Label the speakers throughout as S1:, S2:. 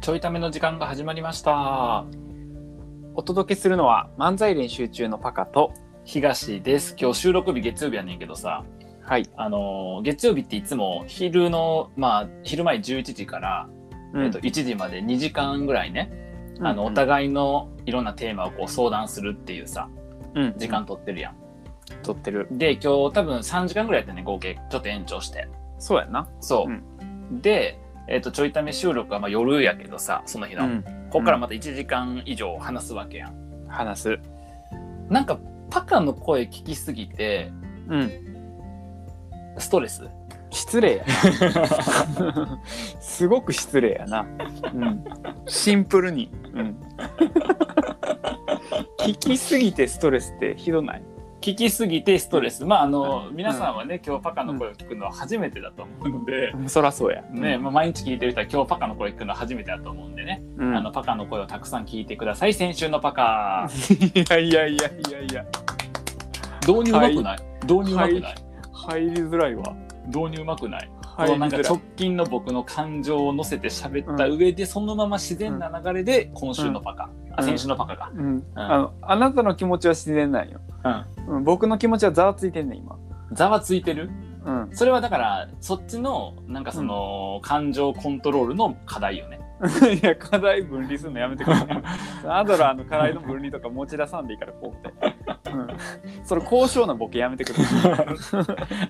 S1: ちょいための時間が始まりました。お届けするのは漫才練習中のパカと、
S2: 東です。今日収録日月曜日やねんけどさ、
S1: はい、
S2: あのー月曜日っていつも昼の、まあ、昼前11時から、え
S1: え
S2: っ
S1: っ
S2: と
S1: と
S2: 1時まで2時間ぐらいね、あ
S1: あの
S2: の、お
S1: お
S2: 互
S1: 互い
S2: いのいろんなテーマをこう相談するっていうさ、
S1: 時
S2: 時間
S1: 間
S2: 取ってるやん。
S1: 取ってる。
S2: で、今日多分3時間ぐらいやったよね、合計。ちょっと延長して。
S1: そうやな。
S2: そう。
S1: う
S2: で、えっ、と、ちょいため収録はまあ夜やけどさ、その日の。こっからまた1時間以上話すわけやん。
S1: 話す。
S2: なんか、パカの声聞きすぎて、
S1: うん。
S2: ストレス
S1: 失礼や な。すごく失礼やな。うん。シンプルに。 うん。聞きすぎてストレスってひどない。
S2: 聞きすぎてストレス、まああの皆さんはね今日パカの声を聞くのは初めてだと思うので、
S1: そらそうや。
S2: ねまあ、毎日聞いてる人は今日パカの声聞くのは初めてだと思うんでね、
S1: うん。
S2: あのパカの声をたくさん聞いてください先週のパカ
S1: いやいやいやいやいや。
S2: 導入うまくない、導入うまくない、
S1: はい入りづらいわ。
S2: 導入うまくないこ
S1: 入
S2: の
S1: りづ
S2: な
S1: ら
S2: ん
S1: い。
S2: か直近の僕の感情を乗せて喋った上で、そのまま自然な流れで今週のパカ、あ
S1: うん
S2: 先週のパカが、
S1: うん、あのあなたの気持ちは自然なんよ、うん、僕の気持ちはざわついてんねん今、
S2: ざわついてる
S1: うん、
S2: それはだからそっちのなんかその、感情コントロールの課題よね
S1: いや課題分離するのやめてくれアドラーの課題の分離とか持ち出さんでいいからこうって、うん、それ高尚なボケやめてくれ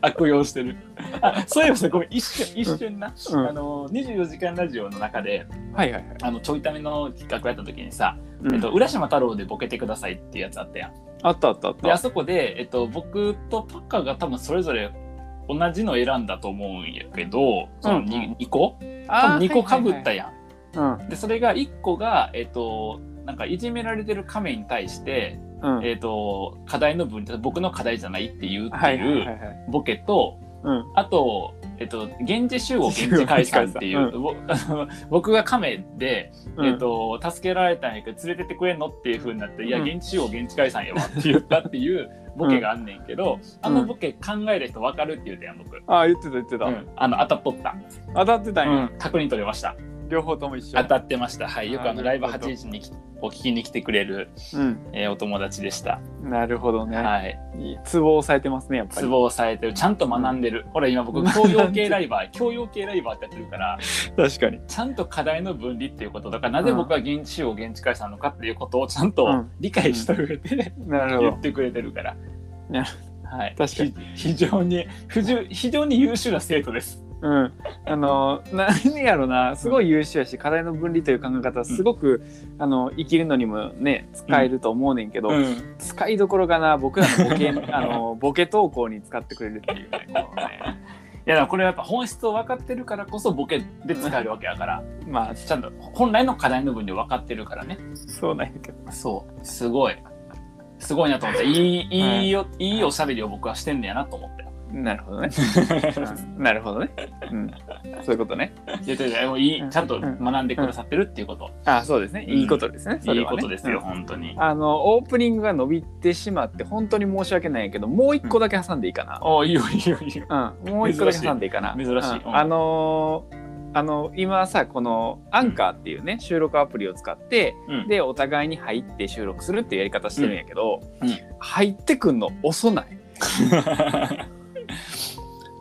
S2: 悪用してる。あそういえばさ、ごめん、一瞬、一瞬な、
S1: うん
S2: あの、24時間ラジオの中で、
S1: はいはいはい、
S2: あの、ちょいための企画やった時にさ、
S1: うん
S2: えっと、浦島太郎でボケてくださいっていうやつあったやん。
S1: あったあったあっ
S2: で、あ
S1: た
S2: そこで、えっと、僕とパッカが多分それぞれ同じの選んだと思うんやけど、その 2,、
S1: うんうん
S2: 二個多
S1: あ
S2: 分
S1: ー
S2: 2個かぶった
S1: はい
S2: やん。
S1: はいはい
S2: で、それが1個が、えっと、なんかいじめられてる亀に対して、
S1: うんうん
S2: えっと、課題の分離、僕の課題じゃないっていうって
S1: はいはい
S2: い
S1: はいうはい
S2: ボケと、
S1: うん
S2: あと、えっと、現地 集合現地解散ってい
S1: 現地解
S2: う、ぼ 僕が亀で、
S1: うん
S2: えっと、助けられたんやけど連れてってくれんのっていうふうになって、いや
S1: うん
S2: 現地集合現地解散やわって言ったっていうボケがあんねんけど、あのボケ考える人分かるって言うてやん僕、
S1: ああ言ってた言ってた、
S2: うんあの当たっとった、
S1: 当たってたんや、
S2: 確認取れました
S1: 両方とも一緒
S2: 当たってましたはいよくあの
S1: あー
S2: ライブ
S1: なるほど
S2: 81にきお聞きに来てくれる、
S1: うん
S2: えーお友達でした、
S1: なるほどね、
S2: はい
S1: いいツボを押さえてますねやっぱ
S2: ツ
S1: り
S2: ボをされてるちゃんと学んでる、ほら今 僕教養系ライバー教養系ライバーってやってるから
S1: 確かに
S2: ちゃんと課題の分離っていうことだからなぜ僕は現地集合現地解散なのかっていうことをちゃん
S1: う
S2: と
S1: ん
S2: 理解した上で、
S1: なるほ
S2: 言
S1: ど
S2: ってくれてるから。
S1: なる
S2: はい、
S1: 確かに
S2: ひ非常に不純非常に優秀な生徒です。
S1: うん、あの何やろなすごい優秀やし課題の分離という考え方はすごく、あの生きるのにもね使えると思うねんけど、
S2: ん、
S1: 使いどころがな僕らのボケ あのボケ投稿に使ってくれるっていうねこのね
S2: いやでもこれはやっぱ本質を分かってるからこそボケで使えるわけだから
S1: まあ
S2: ちゃんと本来の課題の分離を分かってるからね
S1: そうなんやけど
S2: そうすごいすごいなと思っていい
S1: はい
S2: いいよいいおしゃべりを僕はしてんねやなと思って。
S1: なるほどね、うんなるほどね、うん、そういうことね
S2: いやいやいやもういいちゃんと
S1: うん
S2: 学んでくださってるっていうこと、
S1: あそうですねいいことですね、それ
S2: いい
S1: はね
S2: ことですよ、
S1: うん
S2: 本当に。
S1: あのオープニングが伸びてしまって本当に申し訳ないけどもう一個だけ挟んでいいかな、
S2: ああいいよいいよいいよ。
S1: うん、もう一個だけ挟んでいいかな
S2: 珍しい珍しい
S1: うん
S2: うん
S1: あのーあの今さこのアンカーっていうね、収録アプリを使って
S2: うん、
S1: でお互いに入って収録するっていうやり方してるんやけど、
S2: うんうん
S1: 入ってくんの遅ない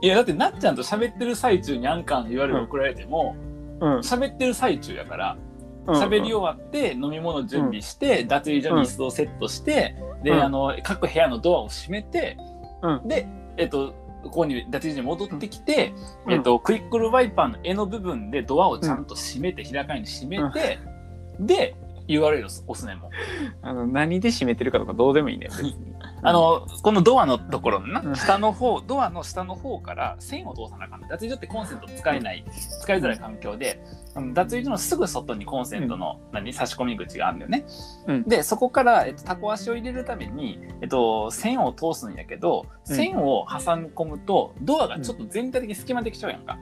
S2: いやだってなっちゃんと喋ってる最中にアンカーの URL 送られても
S1: うん
S2: 喋、ってる最中やから
S1: 喋
S2: 喋
S1: り
S2: り終
S1: を
S2: わって飲み物準備して、脱衣所に椅子をセットして、で、
S1: うん
S2: あの各部屋のドアを閉めて、
S1: うん
S2: でえっとここに脱衣所に戻ってきて、
S1: うん
S2: えっと、クイックルワイパーの柄の部分でドアをちゃんと閉めて、開かないに閉めて、で URL を押すねんもう
S1: あの何で閉めてるかとかどうでもいいね別に
S2: あのこのドアのところの
S1: う
S2: なん下の方ドアの下の方から線を通さなあかんね脱衣所ってコンセント使えない使いづらい環境であの脱衣所のすぐ外にコンセントの、何差し込み口があるんだよね、
S1: うん
S2: でそこから、えっと、タコ足を入れるために、えっと、線を通すんやけど
S1: うん
S2: 線を挟み込むとドアがちょっと全体的に隙間できちゃうやんか、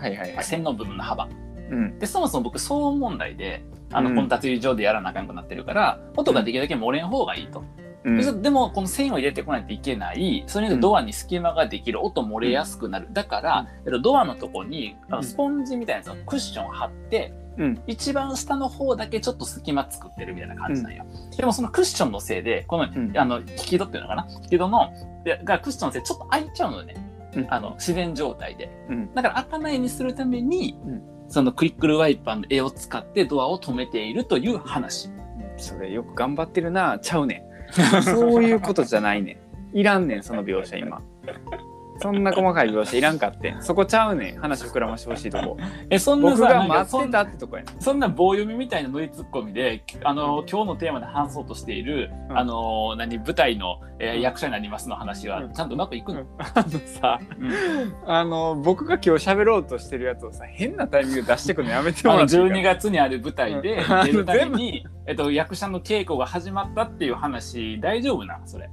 S1: はいはいはい、
S2: 線の部分の幅
S1: うん
S2: でそもそも僕騒音問題であの
S1: うん
S2: この脱衣所でやらなあかんくなってるから音ができるだけ漏れん方がいいと。
S1: うん
S2: ででもこの線を入れてこないといけないそれによってドアに隙間ができる音漏れやすくなるだから、えっとドアのとこにあの
S1: うん
S2: スポンジみたいなやつのクッションを貼って
S1: うん
S2: 一番下の方だけちょっと隙間作ってるみたいな感じなんよ、でもそのクッションのせいでこの,、
S1: ん
S2: あの引き戸っていうのかな引き戸のでがクッションのせいでちょっと開いちゃうのよね、
S1: うん
S2: あの自然状態で
S1: うん
S2: だから開かないようにするために、
S1: うん
S2: そのクイックルワイパーの絵を使ってドアを止めているという話
S1: それよく頑張ってるなちゃうね んそういうことじゃないねんいらんねんその描写今そんな細かい描写いらんかってんそこちゃうねん話膨らましてほしいとこ
S2: えそんなさ
S1: 僕が
S2: なんか
S1: 待
S2: そ
S1: って
S2: ん
S1: た
S2: な
S1: ってとこやね
S2: そんな棒読みみたいなノリツッコミであの今日のテーマで話そうとしている、
S1: うん
S2: あの何舞台の、えー
S1: うん
S2: 役者になりますの話は
S1: うん
S2: ちゃんとうまくいくの、
S1: うんあのさあの僕が今日喋ろうとしてるやつをさ変なタイミングで出してくるのやめても
S2: あ
S1: ら
S2: の
S1: っていいか
S2: 12月にある舞台で
S1: うん
S2: 出るために、えっと、役者の稽古が始まったっていう話大丈夫なそれ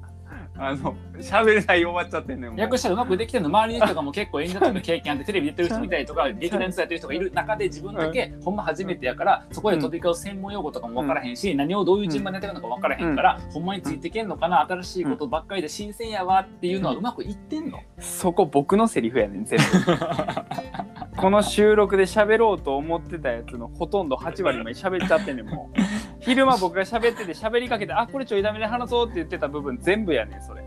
S1: あの喋れない終わっちゃってんねんもう
S2: 役者うまくできてるの周りの人がもう結構演者とかの経験あってテレビ出てる人みたいとか劇団伝えてる人がいる中で自分だけほんま初めてやからそこで飛び交う専門用語とかも分からへんし何をどういう順番でやってるのか分からへんからほんまについてけんのかな新しいことばっかりで新鮮やわっていうのはうまくいってんの
S1: そこ僕のセリフやねん全部 この収録で喋ろうと思ってたやつのほとんど8割まで喋っちゃってんねんもう昼間僕が喋ってて喋りかけてあこれちょいダメで話そうって言ってた部分全部やねんそれ、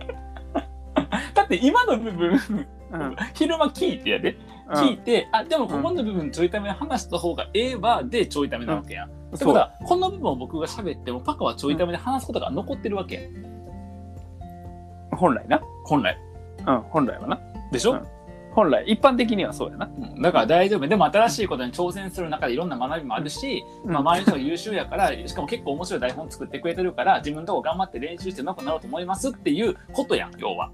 S2: だって今の部分
S1: うんうん
S2: 昼間聞いてやで聞いてあでもここの部分ちょいためで話した方がええわでちょいためなわけやんって
S1: そ
S2: こと
S1: う
S2: はこの部分を僕が喋ってもパカはちょいためで話すことが残ってるわけやん
S1: 本来な
S2: 本来
S1: うん本来はな
S2: でしょ、
S1: うん本来一般的にはそうやな、
S2: うんだから大丈夫でも新しいことに挑戦する中でいろんな学びもあるし、
S1: うん
S2: まあ、周りの人が優秀やからしかも結構面白い台本作ってくれてるから自分のとこ頑張って練習してうまくなろうと思いますっていうことやん要は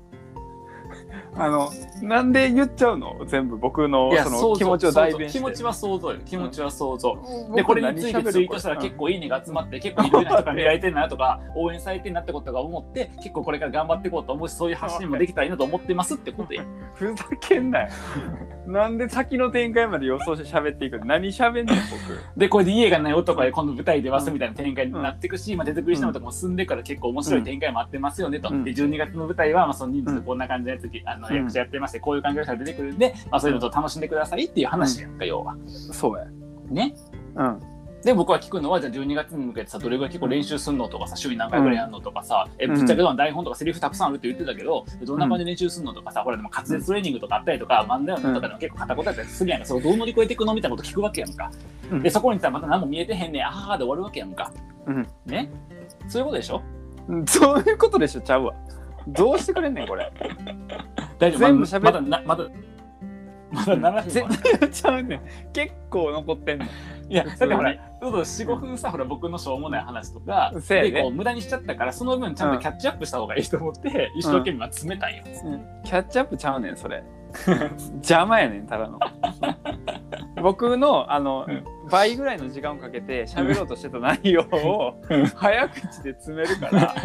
S1: あのなんで言っちゃうの全部僕のそ
S2: 想
S1: の
S2: 像
S1: 気持ちを代弁して
S2: 想像気持ちは想像よ気持ちは想像、
S1: で
S2: でこれについてツイートしたら結構いいねが集まって結構いろんな人が見られてるなとか応援されてるなってことが思って結構これから頑張っていこうと思うしそういう発信もできたらいいなと思ってますってことやん
S1: ふざけんなよ なんで先の展開まで予想して喋っていくの何喋んねん僕
S2: でこれで家がない男へ今度舞台出ますみたいな展開になっていくし、今出てくる人のとこも進んでから結構面白い展開もあってますよねと、
S1: うん
S2: で12月の舞台はまあその人数こんな感じのやつ、あの
S1: うん
S2: 役者やってましてこういう感じの人が出てくるんで、まあ、そういうのと楽しんでくださいっていう話やんか、要は。
S1: そうや
S2: ね
S1: うん
S2: で僕は聞くのはじゃあ12月に向けてさどれぐらい結構練習するのとかさ週に何回ぐらいやるのとかさ、え
S1: うん
S2: ぶっちゃけど台本とかセリフたくさんあるって言ってたけどどんな感じで練習するのとかさほらでも滑舌トレーニングとかあったりとか漫才とかでも結構片言だったりするやんかそれをどう乗り越えていくのみたいなこと聞くわけやんか
S1: うん
S2: でそこにさまた何も見えてへんねんあははで終わるわけやんか
S1: うん
S2: ねそういうことでしょ
S1: そういうことでしょちゃうわどうしてくれんねんこれ
S2: 大丈夫
S1: 全部喋っ
S2: まだなまだまだまだ7
S1: ぜ
S2: 分
S1: ちゃうねん結構残ってんね
S2: いやだってほらそうそう45分さほら僕のしょうもない話とか、
S1: そうやね
S2: でこう無駄にしちゃったからその分ちゃんとキャッチアップした方がいいと思って、一生懸命詰めたんよ、
S1: んキャッチアップちゃうねんそれ邪魔やねんただの僕のあの、
S2: うん
S1: 倍ぐらいの時間をかけて喋ろうとしてた内容を
S2: うん
S1: 早口で詰めるから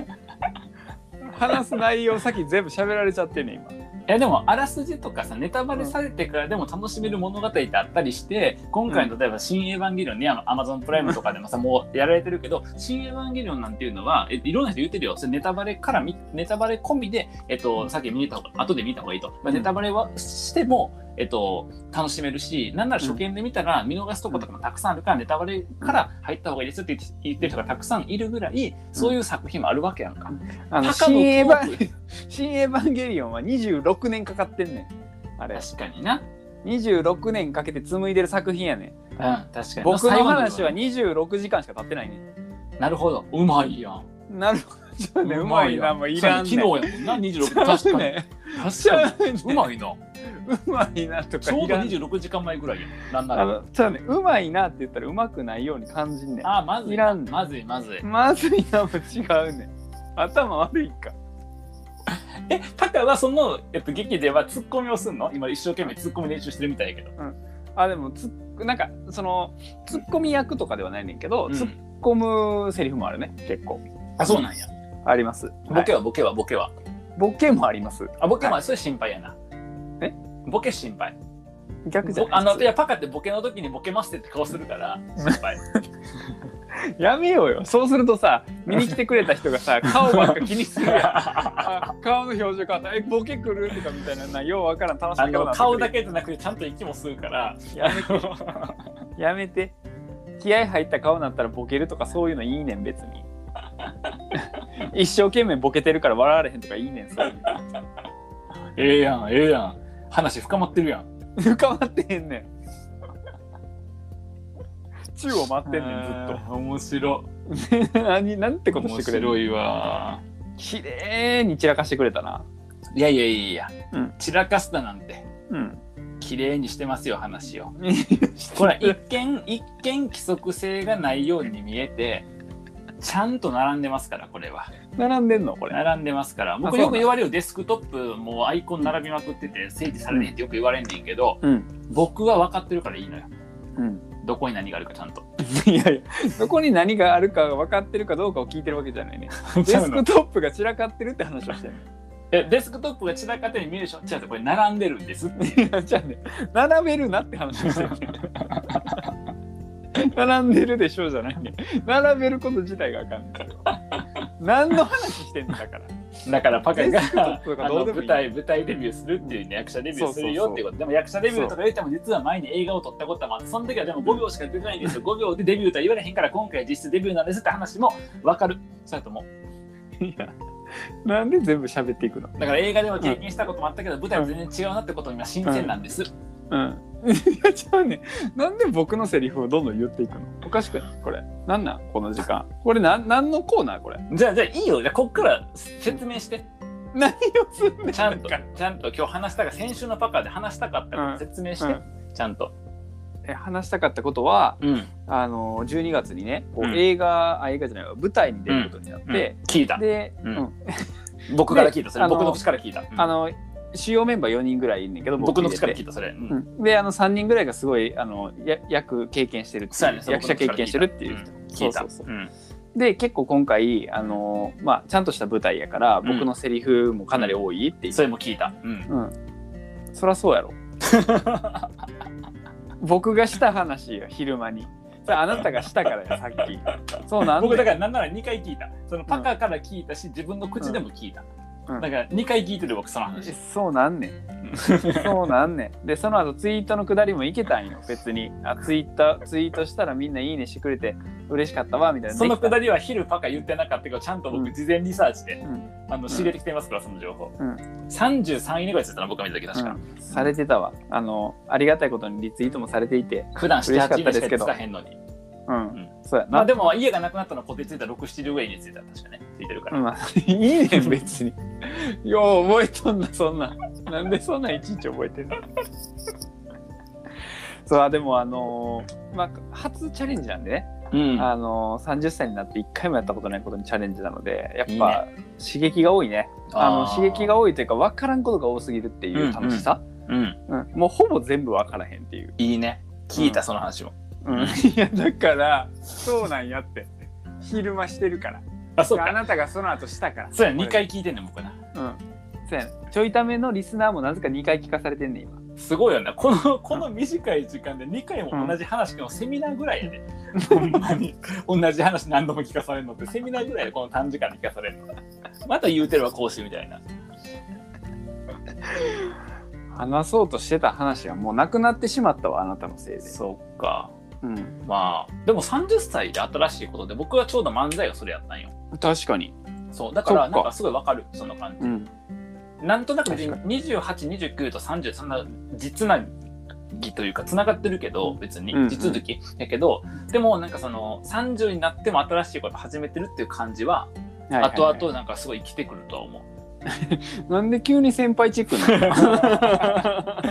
S1: 話す内容先全部喋られちゃってんねん今
S2: いやでもあらすじとかさネタバレされてからでも楽しめる物語ってあったりして今回の例えば「新エヴァンゲリオン」ねあのアマゾンプライムとかでも さもうやられてるけど「新エヴァンゲリオン」なんていうのはえいろんな人言ってるよそれネタバレからみネタバレ込みで、えっと、さっき見に行った方が後で見た方がいいと、まあ、ネタバレはしても、えっと、楽しめるしなんなら初見で見たら見逃すとことかもたくさんあるからネタバレから入った方がいいですって言って言ってる人がたくさんいるぐらいそういう作品もあるわけやんか。
S1: あの
S2: 高野
S1: 新エヴ
S2: ポ
S1: ァ
S2: ー
S1: ン新エヴァンゲリオンは26年かかってんねんあれ
S2: 確かにな。
S1: 26年かけて紡いでる作品やねん
S2: うん、確かに
S1: 僕の話
S2: 最後部
S1: は
S2: 分
S1: 26時間しか経ってないねん
S2: なるほど。うまいやん。
S1: なるほどねうまいなもういらんねん
S2: そうや昨日やもんな、26
S1: そ
S2: 確か
S1: う
S2: に。
S1: ね
S2: 確
S1: そ
S2: か
S1: うね
S2: に。うまい な。
S1: うまいなとか
S2: ちょう
S1: い
S2: ど
S1: らん
S2: 26時間前ぐらいやん。なんな
S1: あ
S2: ら。
S1: のそうねうまいなって言ったらうまくないように感じんねん
S2: あ、まずい。
S1: いらん
S2: まずい、まずい。
S1: まずいなも違うねん頭悪いんか
S2: え、タカはその、えっと、劇ではツッコミをすんの今一生懸命ツッコミ練習してるみたいやけど。
S1: あでもつなんかそのツッコミ役とかではないねんけど、
S2: うん
S1: ツッコむセリフもあるね結構
S2: あ、そうなんや。
S1: あります
S2: ボケはボケはボケは。
S1: ボケもあります。
S2: あ、ボケはそれ心配やな。
S1: え
S2: ボケ心配。
S1: 逆じゃ
S2: ぼあ
S1: ない
S2: の、いや、パカってボケの時にボケますって顔するから、心配。
S1: やめようよ。そうするとさ、見に来てくれた人が さ、顔ばっか気にするやん。あ顔の表情変わった。え、ボケ来るとかみたいなな、ようわからん楽し
S2: あ
S1: み方
S2: の、顔だ
S1: け。
S2: けじゃなくて、ちゃんと息も吸うから。
S1: やめて。やめて。気合入った顔になったらボケるとかそういうのいいねん別 に一生懸命ボケてるから笑われへんとかいいねんそういう
S2: ええやんええやん話深まってるやん
S1: の深まってへんねん宙を待ってんねんずっと
S2: っと面白
S1: 何なんてことし
S2: 面
S1: てくれ
S2: 白
S1: る
S2: いわ
S1: 綺麗に散らかしてくれたない
S2: やいやいやいや、
S1: うん
S2: 散らかすだなんて
S1: うん
S2: 綺麗にしてますよ話 をこれ一見一見規則性がないように見えてちゃんと並んでますからこれは
S1: 並んでんのこれ
S2: 並んでますから
S1: あそ
S2: 僕
S1: うな
S2: よ
S1: ん
S2: く言われるよデスクトップもうアイコン並びまくってて整理されねえってよく言われんねんけど
S1: うん
S2: 僕は分かってるからいいのよ
S1: うん
S2: どこに何があるかちゃんと
S1: いやいやそこに何があるか分かってるかどうかを聞いてるわけじゃないねデスクトップが散らかってるって話をしてる
S2: えデスクトップが散らかってるように見えるでしょ違うこれ並んでるんですって
S1: いやじゃあね 並べるなって話をしてる並んでるでしょうじゃないね並べること自体があかんねん何の話してんだから
S2: だからパカが
S1: デスクトップとか
S2: あ
S1: どう
S2: の
S1: でも
S2: 舞
S1: いい
S2: 台舞台デビューするっていうね役者デビューするよっていうことでも役者デビューとか言っても実は前に映画を撮ったこともあってその時はでも5秒しか出てないんですよ5秒でデビューとは言われへんから今回実質デビューなんですって話も分かるそうやと思う
S1: いやなんで全部喋っていくの
S2: だから映画では経験したこともあったけど、舞台は全然違うなってことも今新鮮なんです、
S1: うんいや違うねなんで僕のセリフをどんどん言っていくのおかしくないこれなんなんこの時間これなんなんのコーナーこれ
S2: じゃあじゃあいいよじゃあこっから説明して
S1: 何をすんねん
S2: ちゃんと
S1: なんか
S2: ちゃんと今日話したか先週のパカで話したかったから説明して、
S1: うん
S2: ちゃんと
S1: え話したかったことは
S2: うん、
S1: あの12月にねこう
S2: うん
S1: 映画、あ映画じゃないわ舞台に出ることになって、
S2: 聞いた
S1: で、
S2: う
S1: うんん
S2: 僕から聞いた
S1: で
S2: それ僕
S1: あ
S2: の
S1: の
S2: 口から聞いた、うん
S1: あの主要メンバー4人ぐらいいるんだけど
S2: 僕の口から聞
S1: い
S2: いたそれ、うん
S1: であの3人ぐらいがすごいあのや役経験してるって
S2: そうや
S1: いう
S2: ねそう
S1: 役者経験してるっていう人、
S2: 聞いた
S1: そうそうそう
S2: うん
S1: で結構今回あの、まあ、ちゃんとした舞台やから僕のセリフもかなり多いっていう、
S2: それも聞いた、うん
S1: うんそりゃそうや ろ僕がした話よ昼間にそれあなたがしたからよさっきそうなん
S2: 僕だ
S1: で
S2: からなんなら2回聞いたそのパカから聞いたし自分の口でも聞いた、
S1: うん
S2: だから2回聞いてる僕その話、
S1: そうなんね んそうなんねんでその後ツイートのくだりもいけたんよ別にあツイッターツイートしたらみんないいねしてくれて嬉しかったわみたいな
S2: そのく
S1: り
S2: だりは昼パカ言ってなかったけどちゃんと
S1: う
S2: 僕
S1: ん
S2: 事前リサーチで、
S1: うん
S2: あの仕入れてきてますからその情報、
S1: う
S2: 33位ぐらいついたの僕が見た時確か、
S1: うんされてたわあのありがたいことにリツイートもされていて
S2: 普段して8位ぐらいし
S1: 嬉しかったですけ
S2: か
S1: ど
S2: つかへんのに
S1: うん、
S2: ん
S1: そうやな、
S2: まあでも家がなくなったのこてついた67ぐらいについた確かねついてるから、
S1: まあ、いい ねん別に。よう覚えとんなそんな。なんでそんなんいちいち覚えて んのそうあでもあのーまあ初チャレンジなんでね、
S2: うん
S1: あのー30歳になって1回もやったことないことにチャレンジなのでやっぱ
S2: いいね
S1: 刺激が多いねあの
S2: ー
S1: 刺激が多いというか分からんことが多すぎるっていう楽しさ、
S2: うん
S1: うんもうほぼ全部分からへんっていう、
S2: いいね聞いた、
S1: うん
S2: その話も
S1: うん、いやだからそうなんやって昼間してるから
S2: あそう
S1: あ
S2: か
S1: なたがその後したから
S2: そうや2回聞いてんねん僕な
S1: うん。そうやねちょいためのリスナーもなぜか2回聞かされてんねん、今。
S2: すごいよなこのこの短い時間で2回も同じ話でもセミナーぐらいやで、ほんまに同じ話何度も聞かされるのってセミナーぐらいでこの短時間で聞かされるのまた言うてるわ講師みたいな
S1: 話そうとしてた話がもうなくなってしまったわ、あなたのせいで。
S2: そっか
S1: うん。
S2: まあでも30歳で新しいことで僕はちょうど漫才をそれやったんよ
S1: 確かに。
S2: そうだから
S1: そっか
S2: なんかすごいわかるその感じ、
S1: うん。
S2: なんとなく
S1: 確か
S2: 2829と30そんな実なぎというかつながってるけど別に
S1: うんうん
S2: 地続きやけど、でもなんかその30になっても新しいこと始めてるっていう感じは
S1: はいはいはい
S2: 後々なんかすごい生きてくるとは思う。
S1: なんで急に先輩チック なの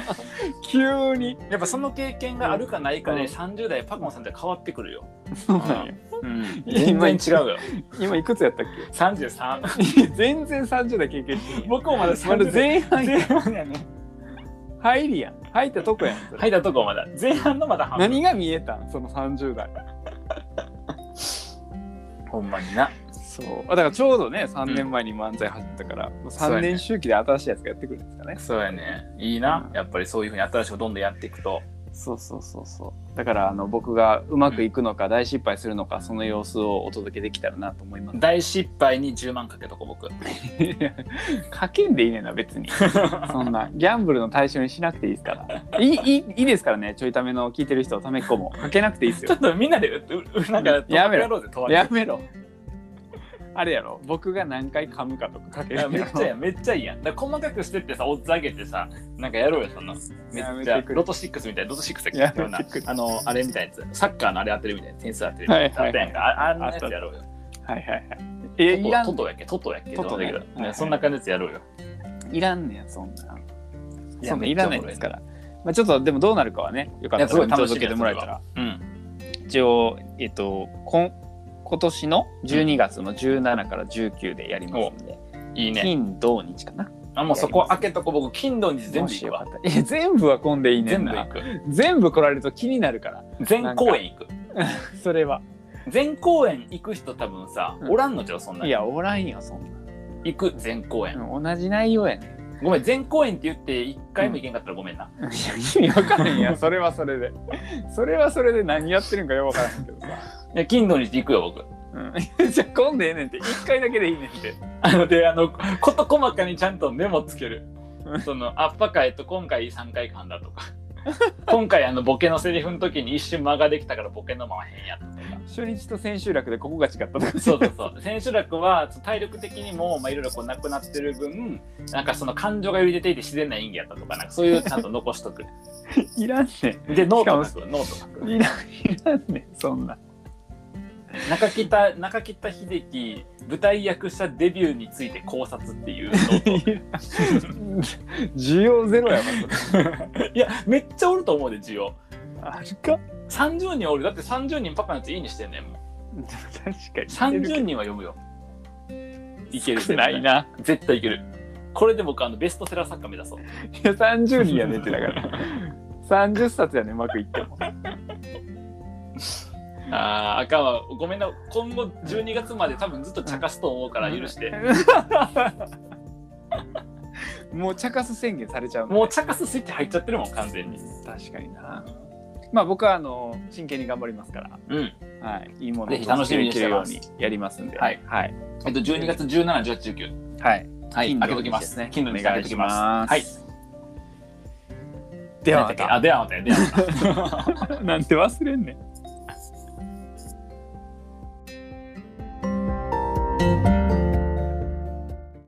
S1: 急に。
S2: やっぱその経験があるかないかで
S1: うん
S2: 30代パクモさんって変わってくるよ。
S1: そうなんや
S2: うん全
S1: 今
S2: 然違うよ。
S1: 今いくつやったっけ
S2: 33。
S1: 全然30代経験してんや
S2: 僕もまだ
S1: まだ
S2: 30代。
S1: 前半や
S2: 前半やね。
S1: 入りやん。入ったとこやん。それ
S2: 入ったとこまだ。前半のまだ半分。
S1: 何が見えたんその30代。
S2: ほんまにな。
S1: そう。あだからちょうどね、3年前に漫才始めたから、もう
S2: そうや
S1: 3
S2: ね
S1: 年周期で新しいやつがやってくるんですかね。
S2: そうやね。いいな。やっぱりそういうふうに新しくどんどんやっていくと。
S1: そうそうそうそうだからあの僕がうまくいくのか大失敗するのかその様子をお届けできたらなと思います
S2: 大失敗に10万かけとこ僕
S1: かけんでいいねん な別にそんなギャンブルの対象にしなくていいですからいいいいいいですからねちょいための聞いてる人ためっこもかけなくていいです
S2: ちょ
S1: よ
S2: っとみんなでううなんか
S1: やめろ
S2: ろうぜとわ
S1: やめろあれやろ僕が何回噛むかとかかけるやろ
S2: めっちゃやんめっちゃいいやんだから細かくしてってさオッズ上げてさなんかやろうよそんなめっち
S1: や
S2: ゃ
S1: めてくれ
S2: ロト6みたいなロト6だっけ
S1: やめ
S2: な
S1: てくれ
S2: あのあれみたいなやつサッカーのあれ当てるみたいな点数当てるみたいな、
S1: は
S2: あ
S1: いはいはい
S2: ったやんかああんなやつやろうよ
S1: はいはいはいえいら
S2: トト
S1: ん
S2: トトやっけトトやっけ
S1: トトね
S2: どうだけど
S1: はいはい
S2: そんな感じのやつやろうよ
S1: いらんねんそんなん
S2: いや
S1: そんなんいらないですからまあちょっとでもどうなるかはねよかっ
S2: いや
S1: た
S2: すご
S1: ら
S2: い楽しみ
S1: 届けてもらえたら
S2: うん
S1: 一応、えっと、こん今年の12月の17から19でやりますんで、
S2: いいね
S1: 金土日かな
S2: あもうそこ開けとこ僕金土日全部
S1: も
S2: 行
S1: し
S2: く
S1: よか
S2: わ
S1: ったらいや全部は混んでいいね
S2: 全
S1: ん
S2: 部行
S1: な
S2: く
S1: 全部来られると気になる から
S2: 全公演行く
S1: それは
S2: 全公演行く人多分さ、
S1: うん
S2: おらんのじゃうそんないに
S1: やおらんよそん
S2: 行く全公演、
S1: なうん同じ内容やねん
S2: ごめん全公演って言って一回も行けんかったらごめんな、
S1: いや意味わからへん やそれはそれでそれはそれで何やってるんかよくわからへんけどさ、
S2: いや金土日行くよ僕
S1: うん、 じゃあ混んでええねんって1回だけでいいねんって
S2: あのであの事細かにちゃんとメモつける
S1: うん
S2: そのアッパ会と今回3回間だとか今回あのボケのセリフの時に一瞬間ができたからボケのままへんやったとか
S1: 初日と千秋楽でここが違ったとか
S2: そうそうそう千秋楽は体力的にもまあいろいろこうなくなってる分なんかその感情が揺れていて自然な演技やったとかなんかそういうちゃんと残しとく
S1: いらんね
S2: でノート書くノート書く
S1: んいらんいらんねんそんな
S2: 中北中北秀樹舞台役者デビューについて考察っていうノート
S1: 需要ゼロやわ
S2: いやめっちゃおると思うで需要
S1: あ るか
S2: 30人おるだって30人パパのやついいにしてんねんもう
S1: 確かに
S2: 30人は読むよいける
S1: 少ないな
S2: 絶対いけるこれで僕あのベストセラー作家目指そう
S1: いや30人やねってだから30冊やねうまくいっても
S2: あーあかんわごめんな今後12月まで多分ずっと茶化すと思うから許して、
S1: もう茶化す宣言されちゃう
S2: もう茶化すスイッチ入っちゃってるもん完全に
S1: 確かになまあ僕はあの真剣に頑張りますから
S2: うん
S1: はいいいもの
S2: ぜひ楽しみにしてます
S1: 届けるようにやりますんでは
S2: はい
S1: はい、
S2: えっと12月171819
S1: はい、
S2: はい
S1: 金土
S2: 開
S1: 日
S2: けときま
S1: ですすね
S2: 金土日開けときます
S1: お
S2: は
S1: 願い
S2: い
S1: しではまた
S2: あではまたやではまた
S1: なんて忘れんねん